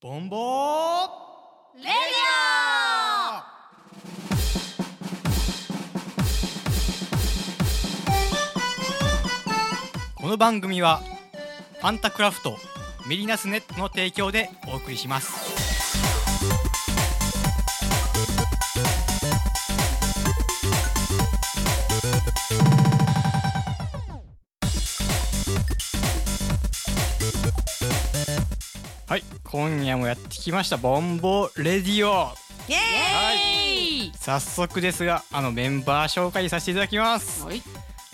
ボンボーレディオこの番組はファンタクラフトメリナスネットの提供でお送りしますはい今夜もやってきましたボンボレディオイエーイ早速ですがあのメンバー紹介させていただきますはい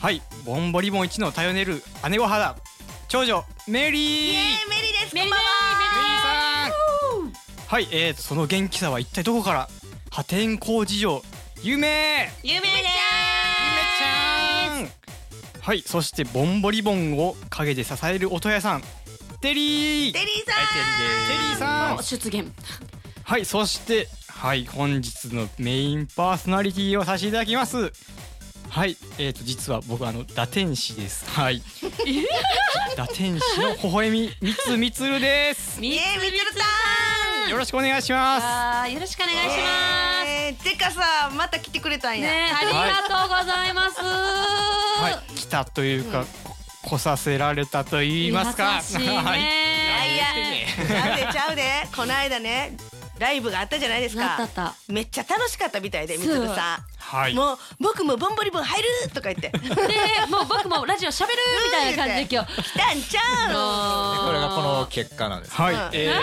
はいボンボリボン1の頼れる姉御肌長女メリーイエーイメリーメリーですメリーこんばんさんはい、えー、その元気さは一体どこから破天荒事情ゆめはゆめちゆめちゃんはいそしてボンボリボンを陰で支える音屋さんテリーテテリーさんリーさんお出現はいそしてはい本日のメインパーソナリティをさせていただきますはいえー、と実は僕あの打天使で すはい打天使の微笑みみつみつるですみイエーイみつるさんよろしくお願いしますあーよろしくお願いしますえーてかさまた来てくれたんや、ねありがとうございますはい来たというか、こ来させられたと言いますか優しい ねはいいやなんでちゃうでこの間ねライブがあったじゃないですなったかっためっちゃ楽しかったみたいでみつるさんはいもう僕もボンボリボン入るとか言ってでもう僕もラジオ喋るみたいな感じで今日来たんちゃうこれがこの結果なんです。はい、うんえー、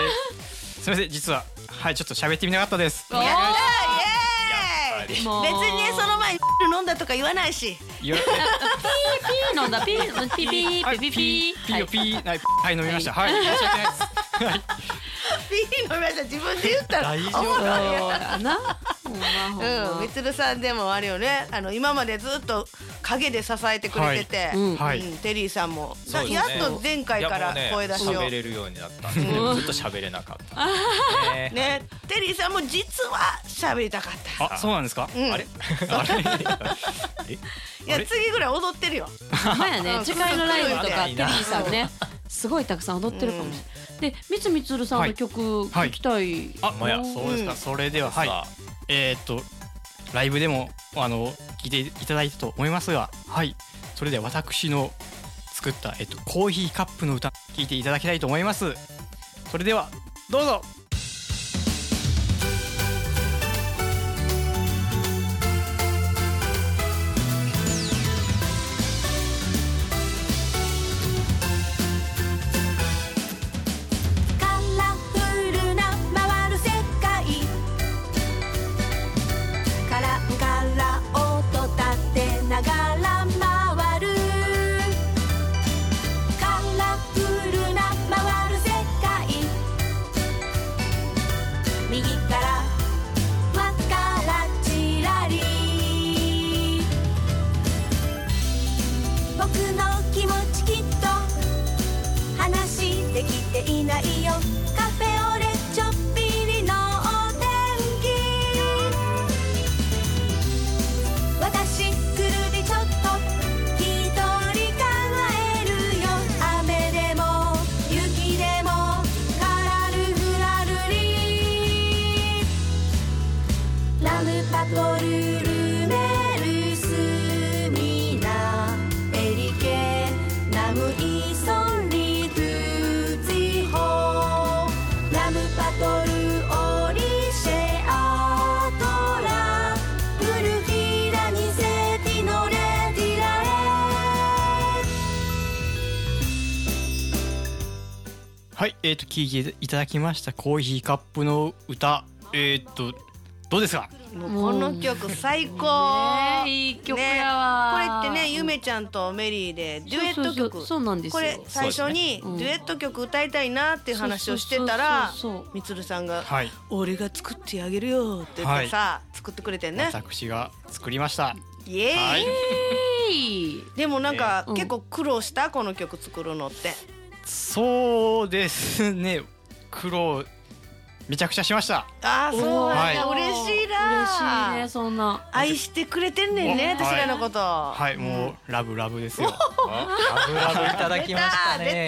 すみません実ははいちょっと喋ってみなかったですおーやったイエーイり別別にねその前に飲んだとか言わないしよピー飲んだピーピーピはいーピーピピーよーピーはいはい飲みましたはい申し訳ないですピー飲みました自分で言ったら大丈夫おもろいやんはいなほんまほんうん、まみつるさんでもあるよね。あの今までずっと陰で支えてくれてて、いうんはいうんテリーさんも、そうですねやっと前回から声出しいやもをうね、喋れるようになったんで、ずっと喋れなかった。ねね、テリーさんも実は喋りたかった。あそうなんですか、うんあれあれえ いや次ぐらい踊ってるよ。ほんまやねうん次回のライブとかそうテリーさんねすごいたくさん踊ってるかもしれないでみつみつるさんの曲はい聞きたいあほんまやそうですか、うんそれではははいいえー、っとライブでもあの聞いていただいたと思いますがはいそれでは私の作った、えっと、コーヒーカップの歌聞いていただきたいと思いますそれではどうぞ「カラフルな回る世界」「カランカラ音立てながら回る」「カラフルな回る世界」「右からわからちらり」「僕の気持ちきっと」話できていないよカフェオレちょっぴりのお天気私くるりちょっと一人考えるよ雨でも雪でもカラルフラルリラムパトルルメルスミナエリケナムイソンリトゥジホラムパトルオリシェアトラウルフィラニセティノレディラエはいえー、っと聞いていただきましたコーヒーカップの歌えー、っとどうですかもうこの曲最高。ねいい曲やねわこれってね、ゆめちゃんとメリーでデュエット曲。そうそうそうそうなんですよこれ最初にそうですねうんデュエット曲歌いたいなっていう話をしてたらそうそうそうそう、みつるさんがはい俺が作ってあげるよって言ってさ、作ってくれてんね。私が作りましたイエーイ。はいいでもなんか、えー結構苦労したこの曲作るのってそうですね苦労めちゃくちゃしましたあーそうなんだ、は嬉しい嬉なしいねそんな愛してくれてんねんねはい私らのことははいもうラブラブですよあラブラブいただき出ましたたね。出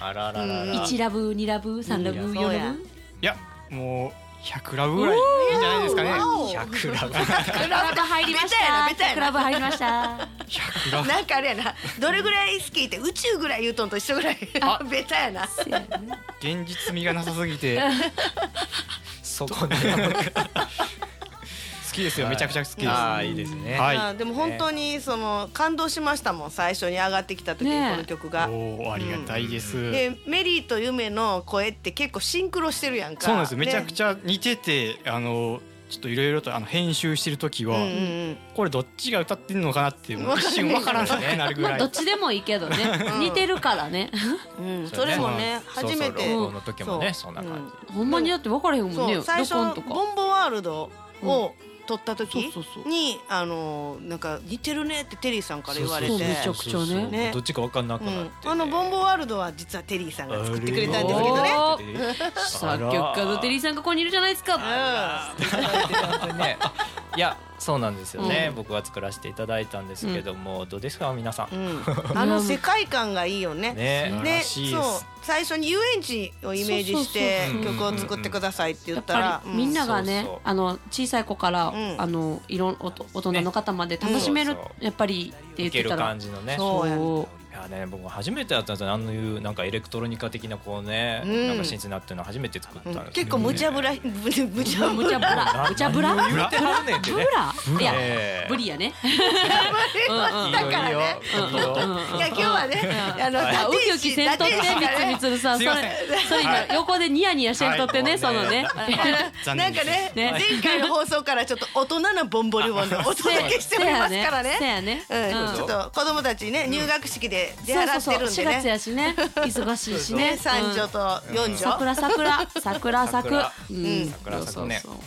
たあらららうら。ん一ラブ二ラブ三ラブうん四そうラやブいやもう100ラブぐらいいいんじゃないですかね百 ラブ。クラブ入りましベタやなたベタやなクラブ入りました100ラ ブなんかあれやなどれぐらい好きって宇宙ぐらい言うとんと一緒ぐらい ベタやな現実味がなさすぎてそこね。好きですよめちゃくちゃ好きですああいいですね。はいうんでも本当にその感動しましたもん最初に上がってきた時ねにえこの曲が。おおありがたいです、でメリーと夢の声って結構シンクロしてるやんか。そうなんですよめちゃくゃ。ちゃ似ててあのちょっといろいろとあの編集してる時は、うんうんこれどっちが歌ってんのかなってもうわかんな一い瞬わからなくなるぐまらあい、 どっちでもいいけどねうん似てるからねうんうん。それもねそうそ初うめて。録音の時もねそそうんな感じ。ほんまにだって分からへんもんそねう録最初音とかボンボワールドを撮った時そうそうそうにあのなんか似てるねってテリーさんから言われてそう。めちゃくちそゃねうねどっちかわかんなくうなっんて。あのボンボワールドは実はテリーさんが作ってくれたんですけどね。おね。作曲家のテリーさんがここにいるじゃないですかー。ね。いやそうなんですよね。僕は作らせていただいたんですけどもどうですか皆さんう。ん、あの世界観がいいよね。ね。素晴でらしいですそう最初に遊園地をイメージしてそうそうそう曲を作ってくださいって言やっったぱらりみんながね、そうそうあの小さい子から、うんあのいろんおと大人の方まで楽しめる、ねそうそやっぱりって言いっけてるたら感じのね。そうやんそういやね僕初めてやったんですよあのいうなんかエレクトロニカ的なこうね、うんなんかシンセなっていうの初めて作ったうんでんすよ、うん結構無茶ぶら 無茶ぶらむちゃぶらむちゃぶら何を言うてはんねんってブねラいや、ええブリ やねいいだかよらいいよねいいよいや今日はねあのあウキウキせんとって立石がねみつみつるさんそすいれませんそれ今横でニヤニヤしてるとってね、はいそのね残な念んでかすねね前回の放送からちょっと大人なボンボリボンでお届けしておりますからねせやねうせやねん、ちょっと子供たちね入学式で出そう払ってそうるんそうで4月ねやしね忙しいしねね三女と四女桜桜桜咲く桜うん桜咲くねそうそう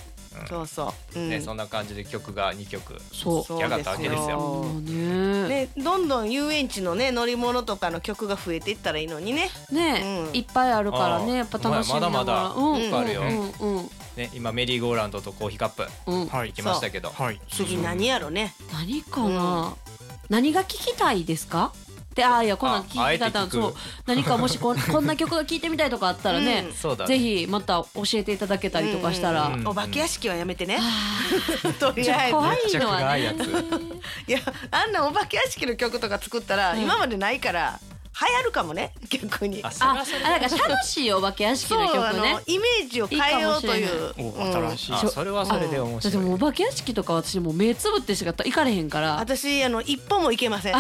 そうそううんねそんな感じで曲が2曲そうそうやがったわけですですよよそうもうねねどんどん遊園地のね乗り物とかの曲が増えていったらいいのにねね、うんいっぱいあるからねやっぱ楽しみながらまだまだうん、いっぱいあるようんうんね今メリーゴーランドとコーヒーカップうん、うん、はい行きましたけどはい次何やろね何かな、何が聞きたいですかでああいやこんなん聞あきたかったあえて聞くそう何かもし こんこんな曲が聞いてみたいとかあったらね、そうだねぜひまた教えていただけたりとかしたら、うんうんうんお化け屋敷はやめてねとりちょっあえずと怖いのは暗いねやいつやあんなお化け屋敷の曲とか作ったらうん今までないから流行るかもね逆にあそれあはそれあなんか楽しいお化け屋敷そうのあ曲ねのイメージを変えようといいいかもうおうん新しい、あそれはそれで面だって白いもうお化け屋敷とか私もう目つぶってしか行かれへんから私あの一歩も行けません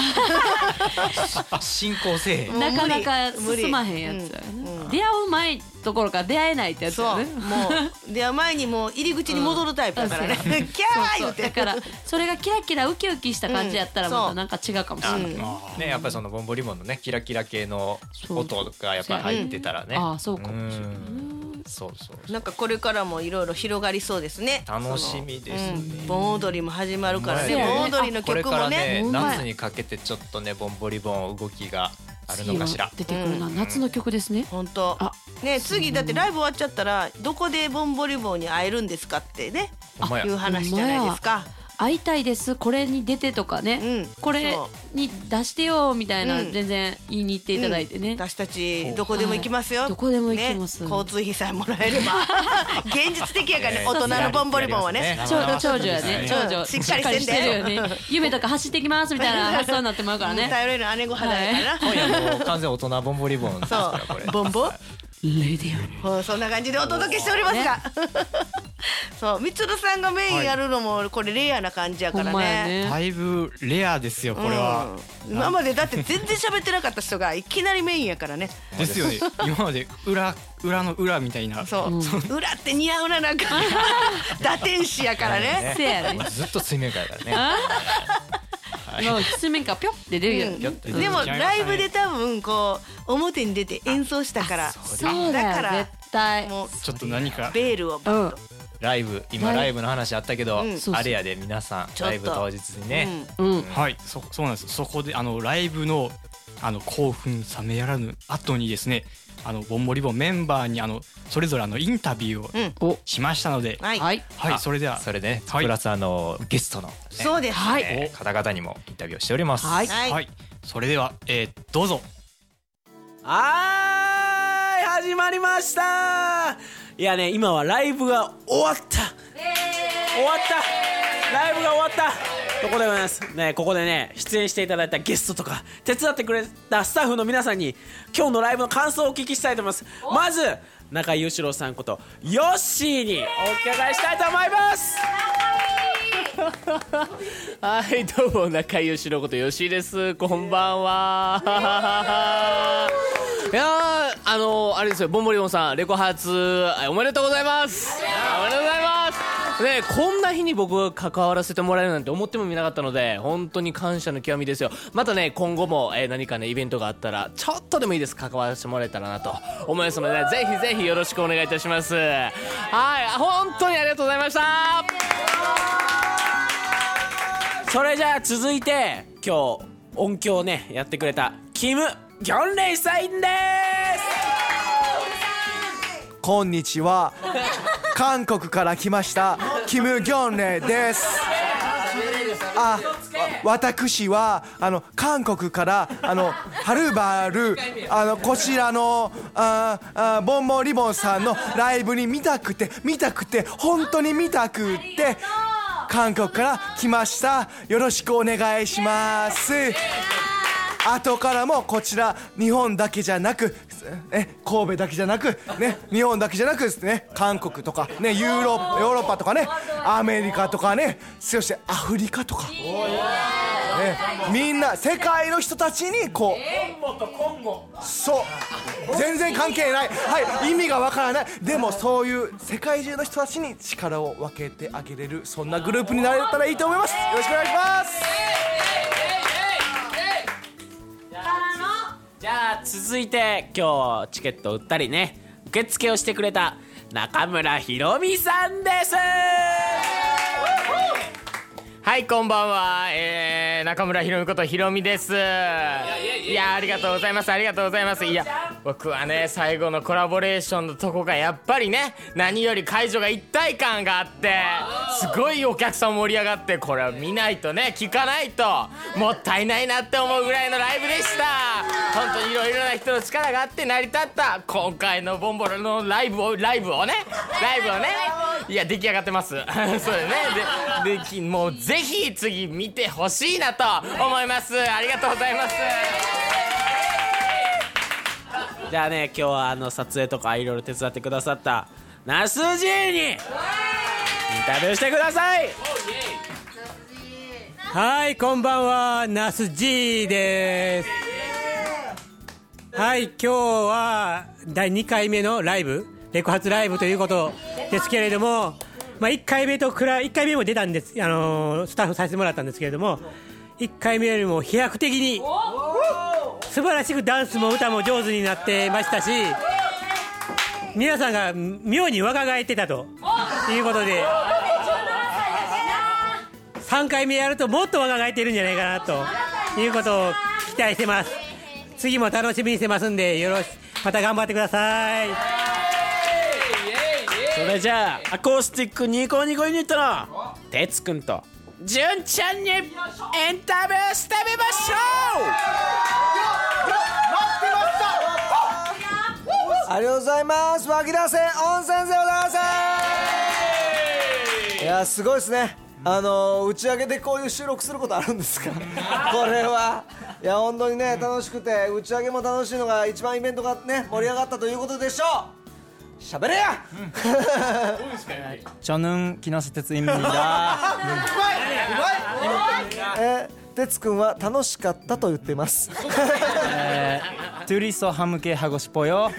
あ進行せえへんもう無な理かなか進まへんやつやね、無理うんうん出会う前ところから出会えないってやつそやうねもうでは前にもう入り口に戻るタイプだからね キャー言そううてだからそれがキラキラウキウキした感じやったらうんまたなんか違うかもしれない、うんあねやっぱりそのボンボリボンのねキラキラ系のそう音がやっぱり入ってたらねああそうかもしれなういんそうそうなんかこれからもいろいろ広がりそうですね楽しみですねうん盆踊りも始まるからねほんまやね盆踊りのこれ曲からもねねほんまや夏にかけてちょっとねボンボリボン動きがあるのかしら次は出てくるな、夏の曲ですね本当あね次だってライブ終わっちゃったらどこでボンボリボンに会えるんですかってねほんまやいう話じゃないですか会いたいですこれに出てとかね、うんこれそに出してよみたいな、うん全然言いに行っていただいてね、私たちどこでも行きますよ、はいどこでも行きますね、交通費さえもらえれ ば現実的やからねね大人のボンボリボンはねやります長女長女やうねん長女 しっかりしてんだよる よね夢とか走ってきますみたいな発想になってまうからうんね頼れる姉御肌やからな、今夜もう完全大人ボンボリボンですからこれそうボンボレディほうそんな感じでお届けしておりますが、 そうみつるさんがメインやるのもこれレアな感じやオほかんらまやねねだいぶレアですよこれは、うん今までだって全然喋ってなかった人がいきなりメインやからねですよね今まで裏裏の裏みたいなそう、 裏って似合うななん か打天使やからねせやねもうずっと水面下やからねもう水面からぴょって出るやん、うんぴょってでもライブで多分こう表に出て演奏したからそうだよだから絶対もうちょっと何かベールをうんライブ今ライブの話あったけどうんそうそうあれやで皆さんちょっとライブ当日にねうんはいそそうなんですそこであのライブのあの興奮冷めやらぬ後にですねあのボンボリボンメンバーにあのそれぞれあのインタビューをうんおしましたので、はい、はいはい、それではそれでね、はいプラスあのゲストのね、そうです、はいえー方々にもインタビューをしております。はいはいはい、それでは、えー、どうぞ。はーい始まりましたいやね今はライブが終わった、終わったライブが終わったところでございますねここでね出演していただいたゲストとか手伝ってくれたスタッフの皆さんに今日のライブの感想をお聞きしたいと思いますまず中井義郎さんことヨッシーにお伺いしたいと思いますはい、どうも、仲良しのこと、よしいです。こんばんは。 いやー、あのー、あれですよ、ボンボリボンさん、レコ発、あおめでとうございます。あおめでとうございます。ねえこんな日に僕が関わらせてもらえるなんて思ってもみなかったので、本当に感謝の極みですよ。またね、今後も、えー何かね、イベントがあったら、ちょっとでもいいです、関わらせてもらえたらなと思いますので、ぜひぜひよろしくお願いいたします。はい、本当にありがとうございました。それじゃあ続いて今日音響をねやってくれたキム・ギョンレイさんですこんに ちは韓国から来ましたキム・ギョンレですあわ私はあの韓国からあのはるばるあのこちらのああボンボンリボンさんのライブに見たくて見たくて本当に見たくて韓国から来ましたよろしくお願いします後からもこちら日本だけじゃなく、ね、神戸だけじゃなく、ね、日本だけじゃなくですね韓国とか、ね、ユーロヨーロッパとかねアメリカとかねそしてアフリカとか、ね、みんな世界の人たちにこうそう全然関係ない、はい、意味がわからないでもそういう世界中の人たちに力を分けてあげれるそんなグループになれたらいいと思いますよろしくお願いしますじゃあ続いて今日チケットを売ったりね受付をしてくれた中村ひろみさんですはい、こんばんは。えー、中村ひろみことひろみです。いや、ありがとうございます。ありがとうございます。いや、僕はね、最後のコラボレーションのとこがやっぱりね、何より会場が一体感があって、すごいお客さん盛り上がって、これは見ないとね、聞かないと、もったいないなって思うぐらいのライブでした。本当にいろいろな人の力があって成り立った、今回のボンボロのライブを、ライブをね、ライブをね、いや、出来上がってます。 そうだよね。で、でき、もうぜひ次見てほしいなと思います。ありがとうございます。じゃあね今日はあの撮影とかいろいろ手伝ってくださったナスジーにインタビューしてくださいはい、こんばんは、ナス G です。はい、今日は第2回目のライブ、レコ発ライブということですけれども、まあ、1回目と比べ、1回目も出たんです、あのースタッフさせてもらったんですけれども、1回目よりも飛躍的に、素晴らしくダンスも歌も上手になってましたし、皆さんが妙に若返ってたということで。3回目やるともっと若返ってるんじゃないかなということを期待してます次も楽しみにしてますんでよろしまた頑張ってくださいそれじゃあアコースティックニコニコユニットのてつくんとじゅんちゃんにインタビューしてみましょうありがとうございます湧き出せ温泉でございますいやすごいですねあの打ち上げでこういう収録することあるんです かこれはいや本当にね楽しくて打ち上げも楽しいのが一番イベントがね盛り上がったということでしょう喋れや、 저는기나스테츠입니다 えー、てつくんは楽しかったと言っています 둘이서 함께 하고 싶어요.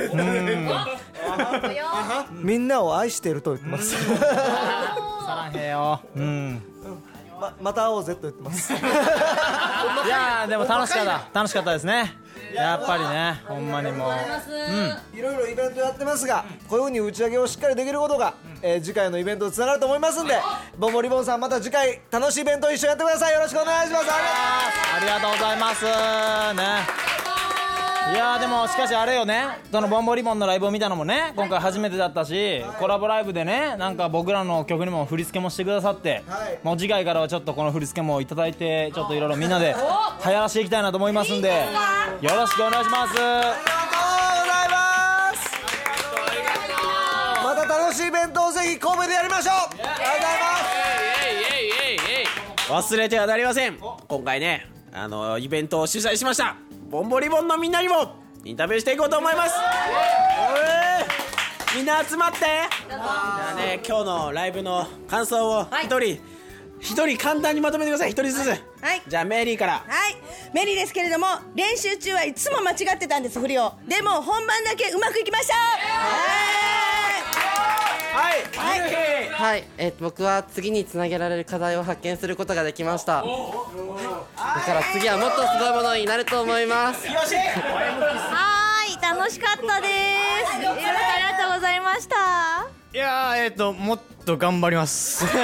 みんなを愛していると言ってます 사랑해요. 음.ままた会おうぜと言ってます 야, 근데 뭐楽しかった.楽しかったですね.やっぱりね,ほんまにもう.いろいろイベントやってますがこういうふうに打ち上げをしっかりできることが、えー次回のイベントにつながると思いますんで、ボンボリボンさんまた次回楽しいイベント一緒にやってくださいよろしくお願いしますありがとうございますありがとうございます。ね。いいやーでもしかしあれよねそのボンボリボンのライブを見たのもね今回初めてだったしコラボライブでねなんか僕らの曲にも振り付けもしてくださってもう次回からはちょっとこの振り付けもいただいてちょっといろいろみんなで流行らしていきたいなと思いますんでよろしくお願いしますまた楽しいイベントをぜひ神戸でやりましょうありがとうございます忘れてはなりません今回ねあのイベントを主催しましたボンボリボンのみんなにもインタビューしていこうと思いますおいみんな集まってじゃあね今日のライブの感想を一人、一人簡単にまとめてください一人ずつ、はいじゃあメリーからはい、メリーですけれども練習中はいつも間違ってたんです振りをでも本番だけうまくいきましたはいはいはい、えー、僕は次につなげられる課題を発見することができましただから次はもっとすごいものになると思いますよしはーい、楽しかったです。いろいろありがとうございました。いやーえっ、ともっと頑張ります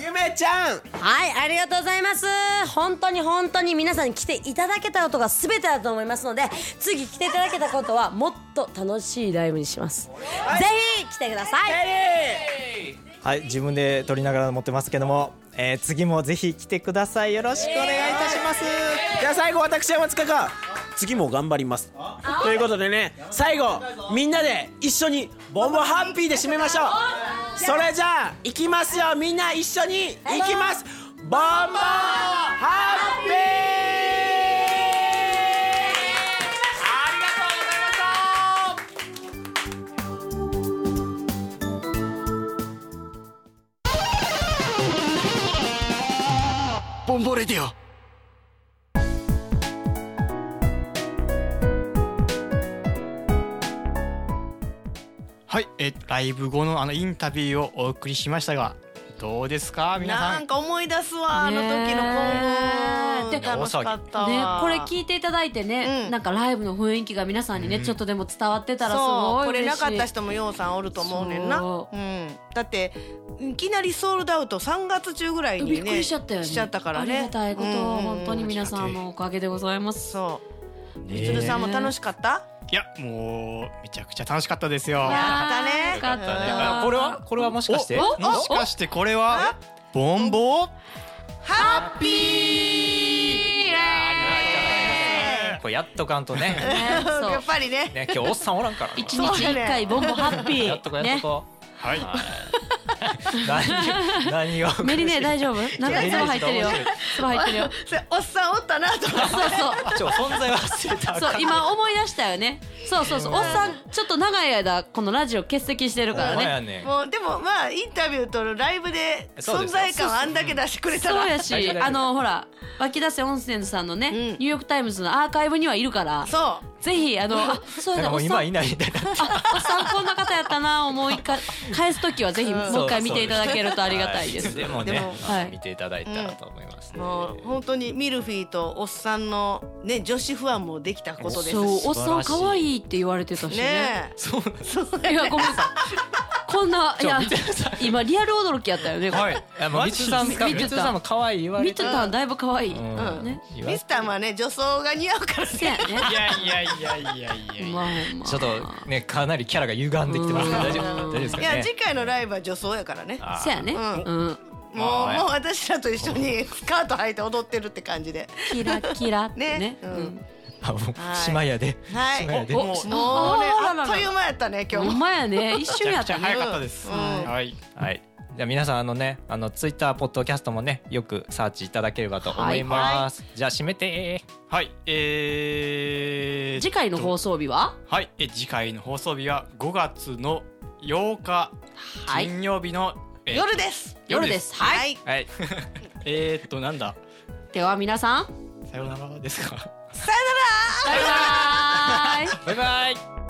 ゆめちゃんはいありがとうございます本当に本当に皆さんに来ていただけたことが全てだと思いますので次来ていただけたことはもっと楽しいライブにします、ぜひ来てくださいはい自分で撮りながら持ってますけども、えー次もぜひ来てくださいよろしくお願いいたします、じゃあ最後私山塚が次も頑張りますということでね最後みんなで一緒にボンボハッピーで締めましょうそれじゃあ行きますよみんな一緒に行きますボンボハッピーボンボレディオはいえーとライブ後のあのインタビューをお送りしましたがどうですか皆さなんんか思い出すわあの時のね幸え運楽しかったわね、これ聞いていただいてね、なんかライブの雰囲気が皆さんにね、うんちょっとでも伝わってたらすそごういこれ嬉しないかった人もようさんおると思うねんな、そうん、だっていきなりソールドアウト3月中ぐらいにねびっくりしちゃったよねしちゃったからねありがたいこと、うんうんうん本当に皆さんのおかげでございますそうねえみつるさんも楽しかったいやもうめちゃくちゃ楽しかったですよやったねよかっうたねんこれはこれはもしかしておおもしかしてこれはボンボハッピこれやっとかんと ねーやっぱりねね今日おっさんおらんから一日一回ボンボハッピー やっとこやっとこはい何何をメリね大丈夫なんかいいやつも入ってるよいやいやつも入ってるよ それおっさんおったなと思ってそうそうちょ存在忘れたそう今思い出したよねそうそうそうおっさんちょっと長い間このラジオ欠席してるからほんまやねねもうでもまあインタビューとライブでそう存です在感をあんだけ出してくれたらそうやしあのほら湧き出せ温泉さんのね、ニューヨークタイムズのアーカイブにはいるからそうぜひあのあそうなんだかもおうっさん今いないみたいなあおっさんこんな方やったなをもう一回返す時はぜひもう一回見ていただけるとありがたいです。でもね、はい見ていただいたらと思います、もう本当にミルフィーとおっさんのね女子ファンもできたことですしそうおっさん可愛いって言われてたしね。ねえそういやごめんなさい。こんないや今リアル驚きやったよね。はい。やもうみつさんかみつさんも可愛い言われみてつさんだいぶ可愛い。んね。言われミスターはね女装が似合うからねいやいやいやいやいやちょっとねかなりキャラが歪んできてますけど大丈夫大丈夫ですかいねや次回のライブは女装やからねあーそうやねうんもうまあもう私らと一緒にスカート履いて踊ってるって感じでキラキラってねうんあもう島屋ではい島屋でおもうねああっという間やったね今日もほんまやね一瞬やったねめちゃくちゃ早かったですうんはい、はい、じゃあ皆さんあのねあのツイッターポッドキャストもねよくサーチいただければと思います、じゃあ締めてはいえー、次回の放送日ははいえ次回の放送日は5月の8日、金曜日の、えー、夜です夜ですはいはい、 えーっとなんだでは皆さんさようならですかさよならバイバイバイバイ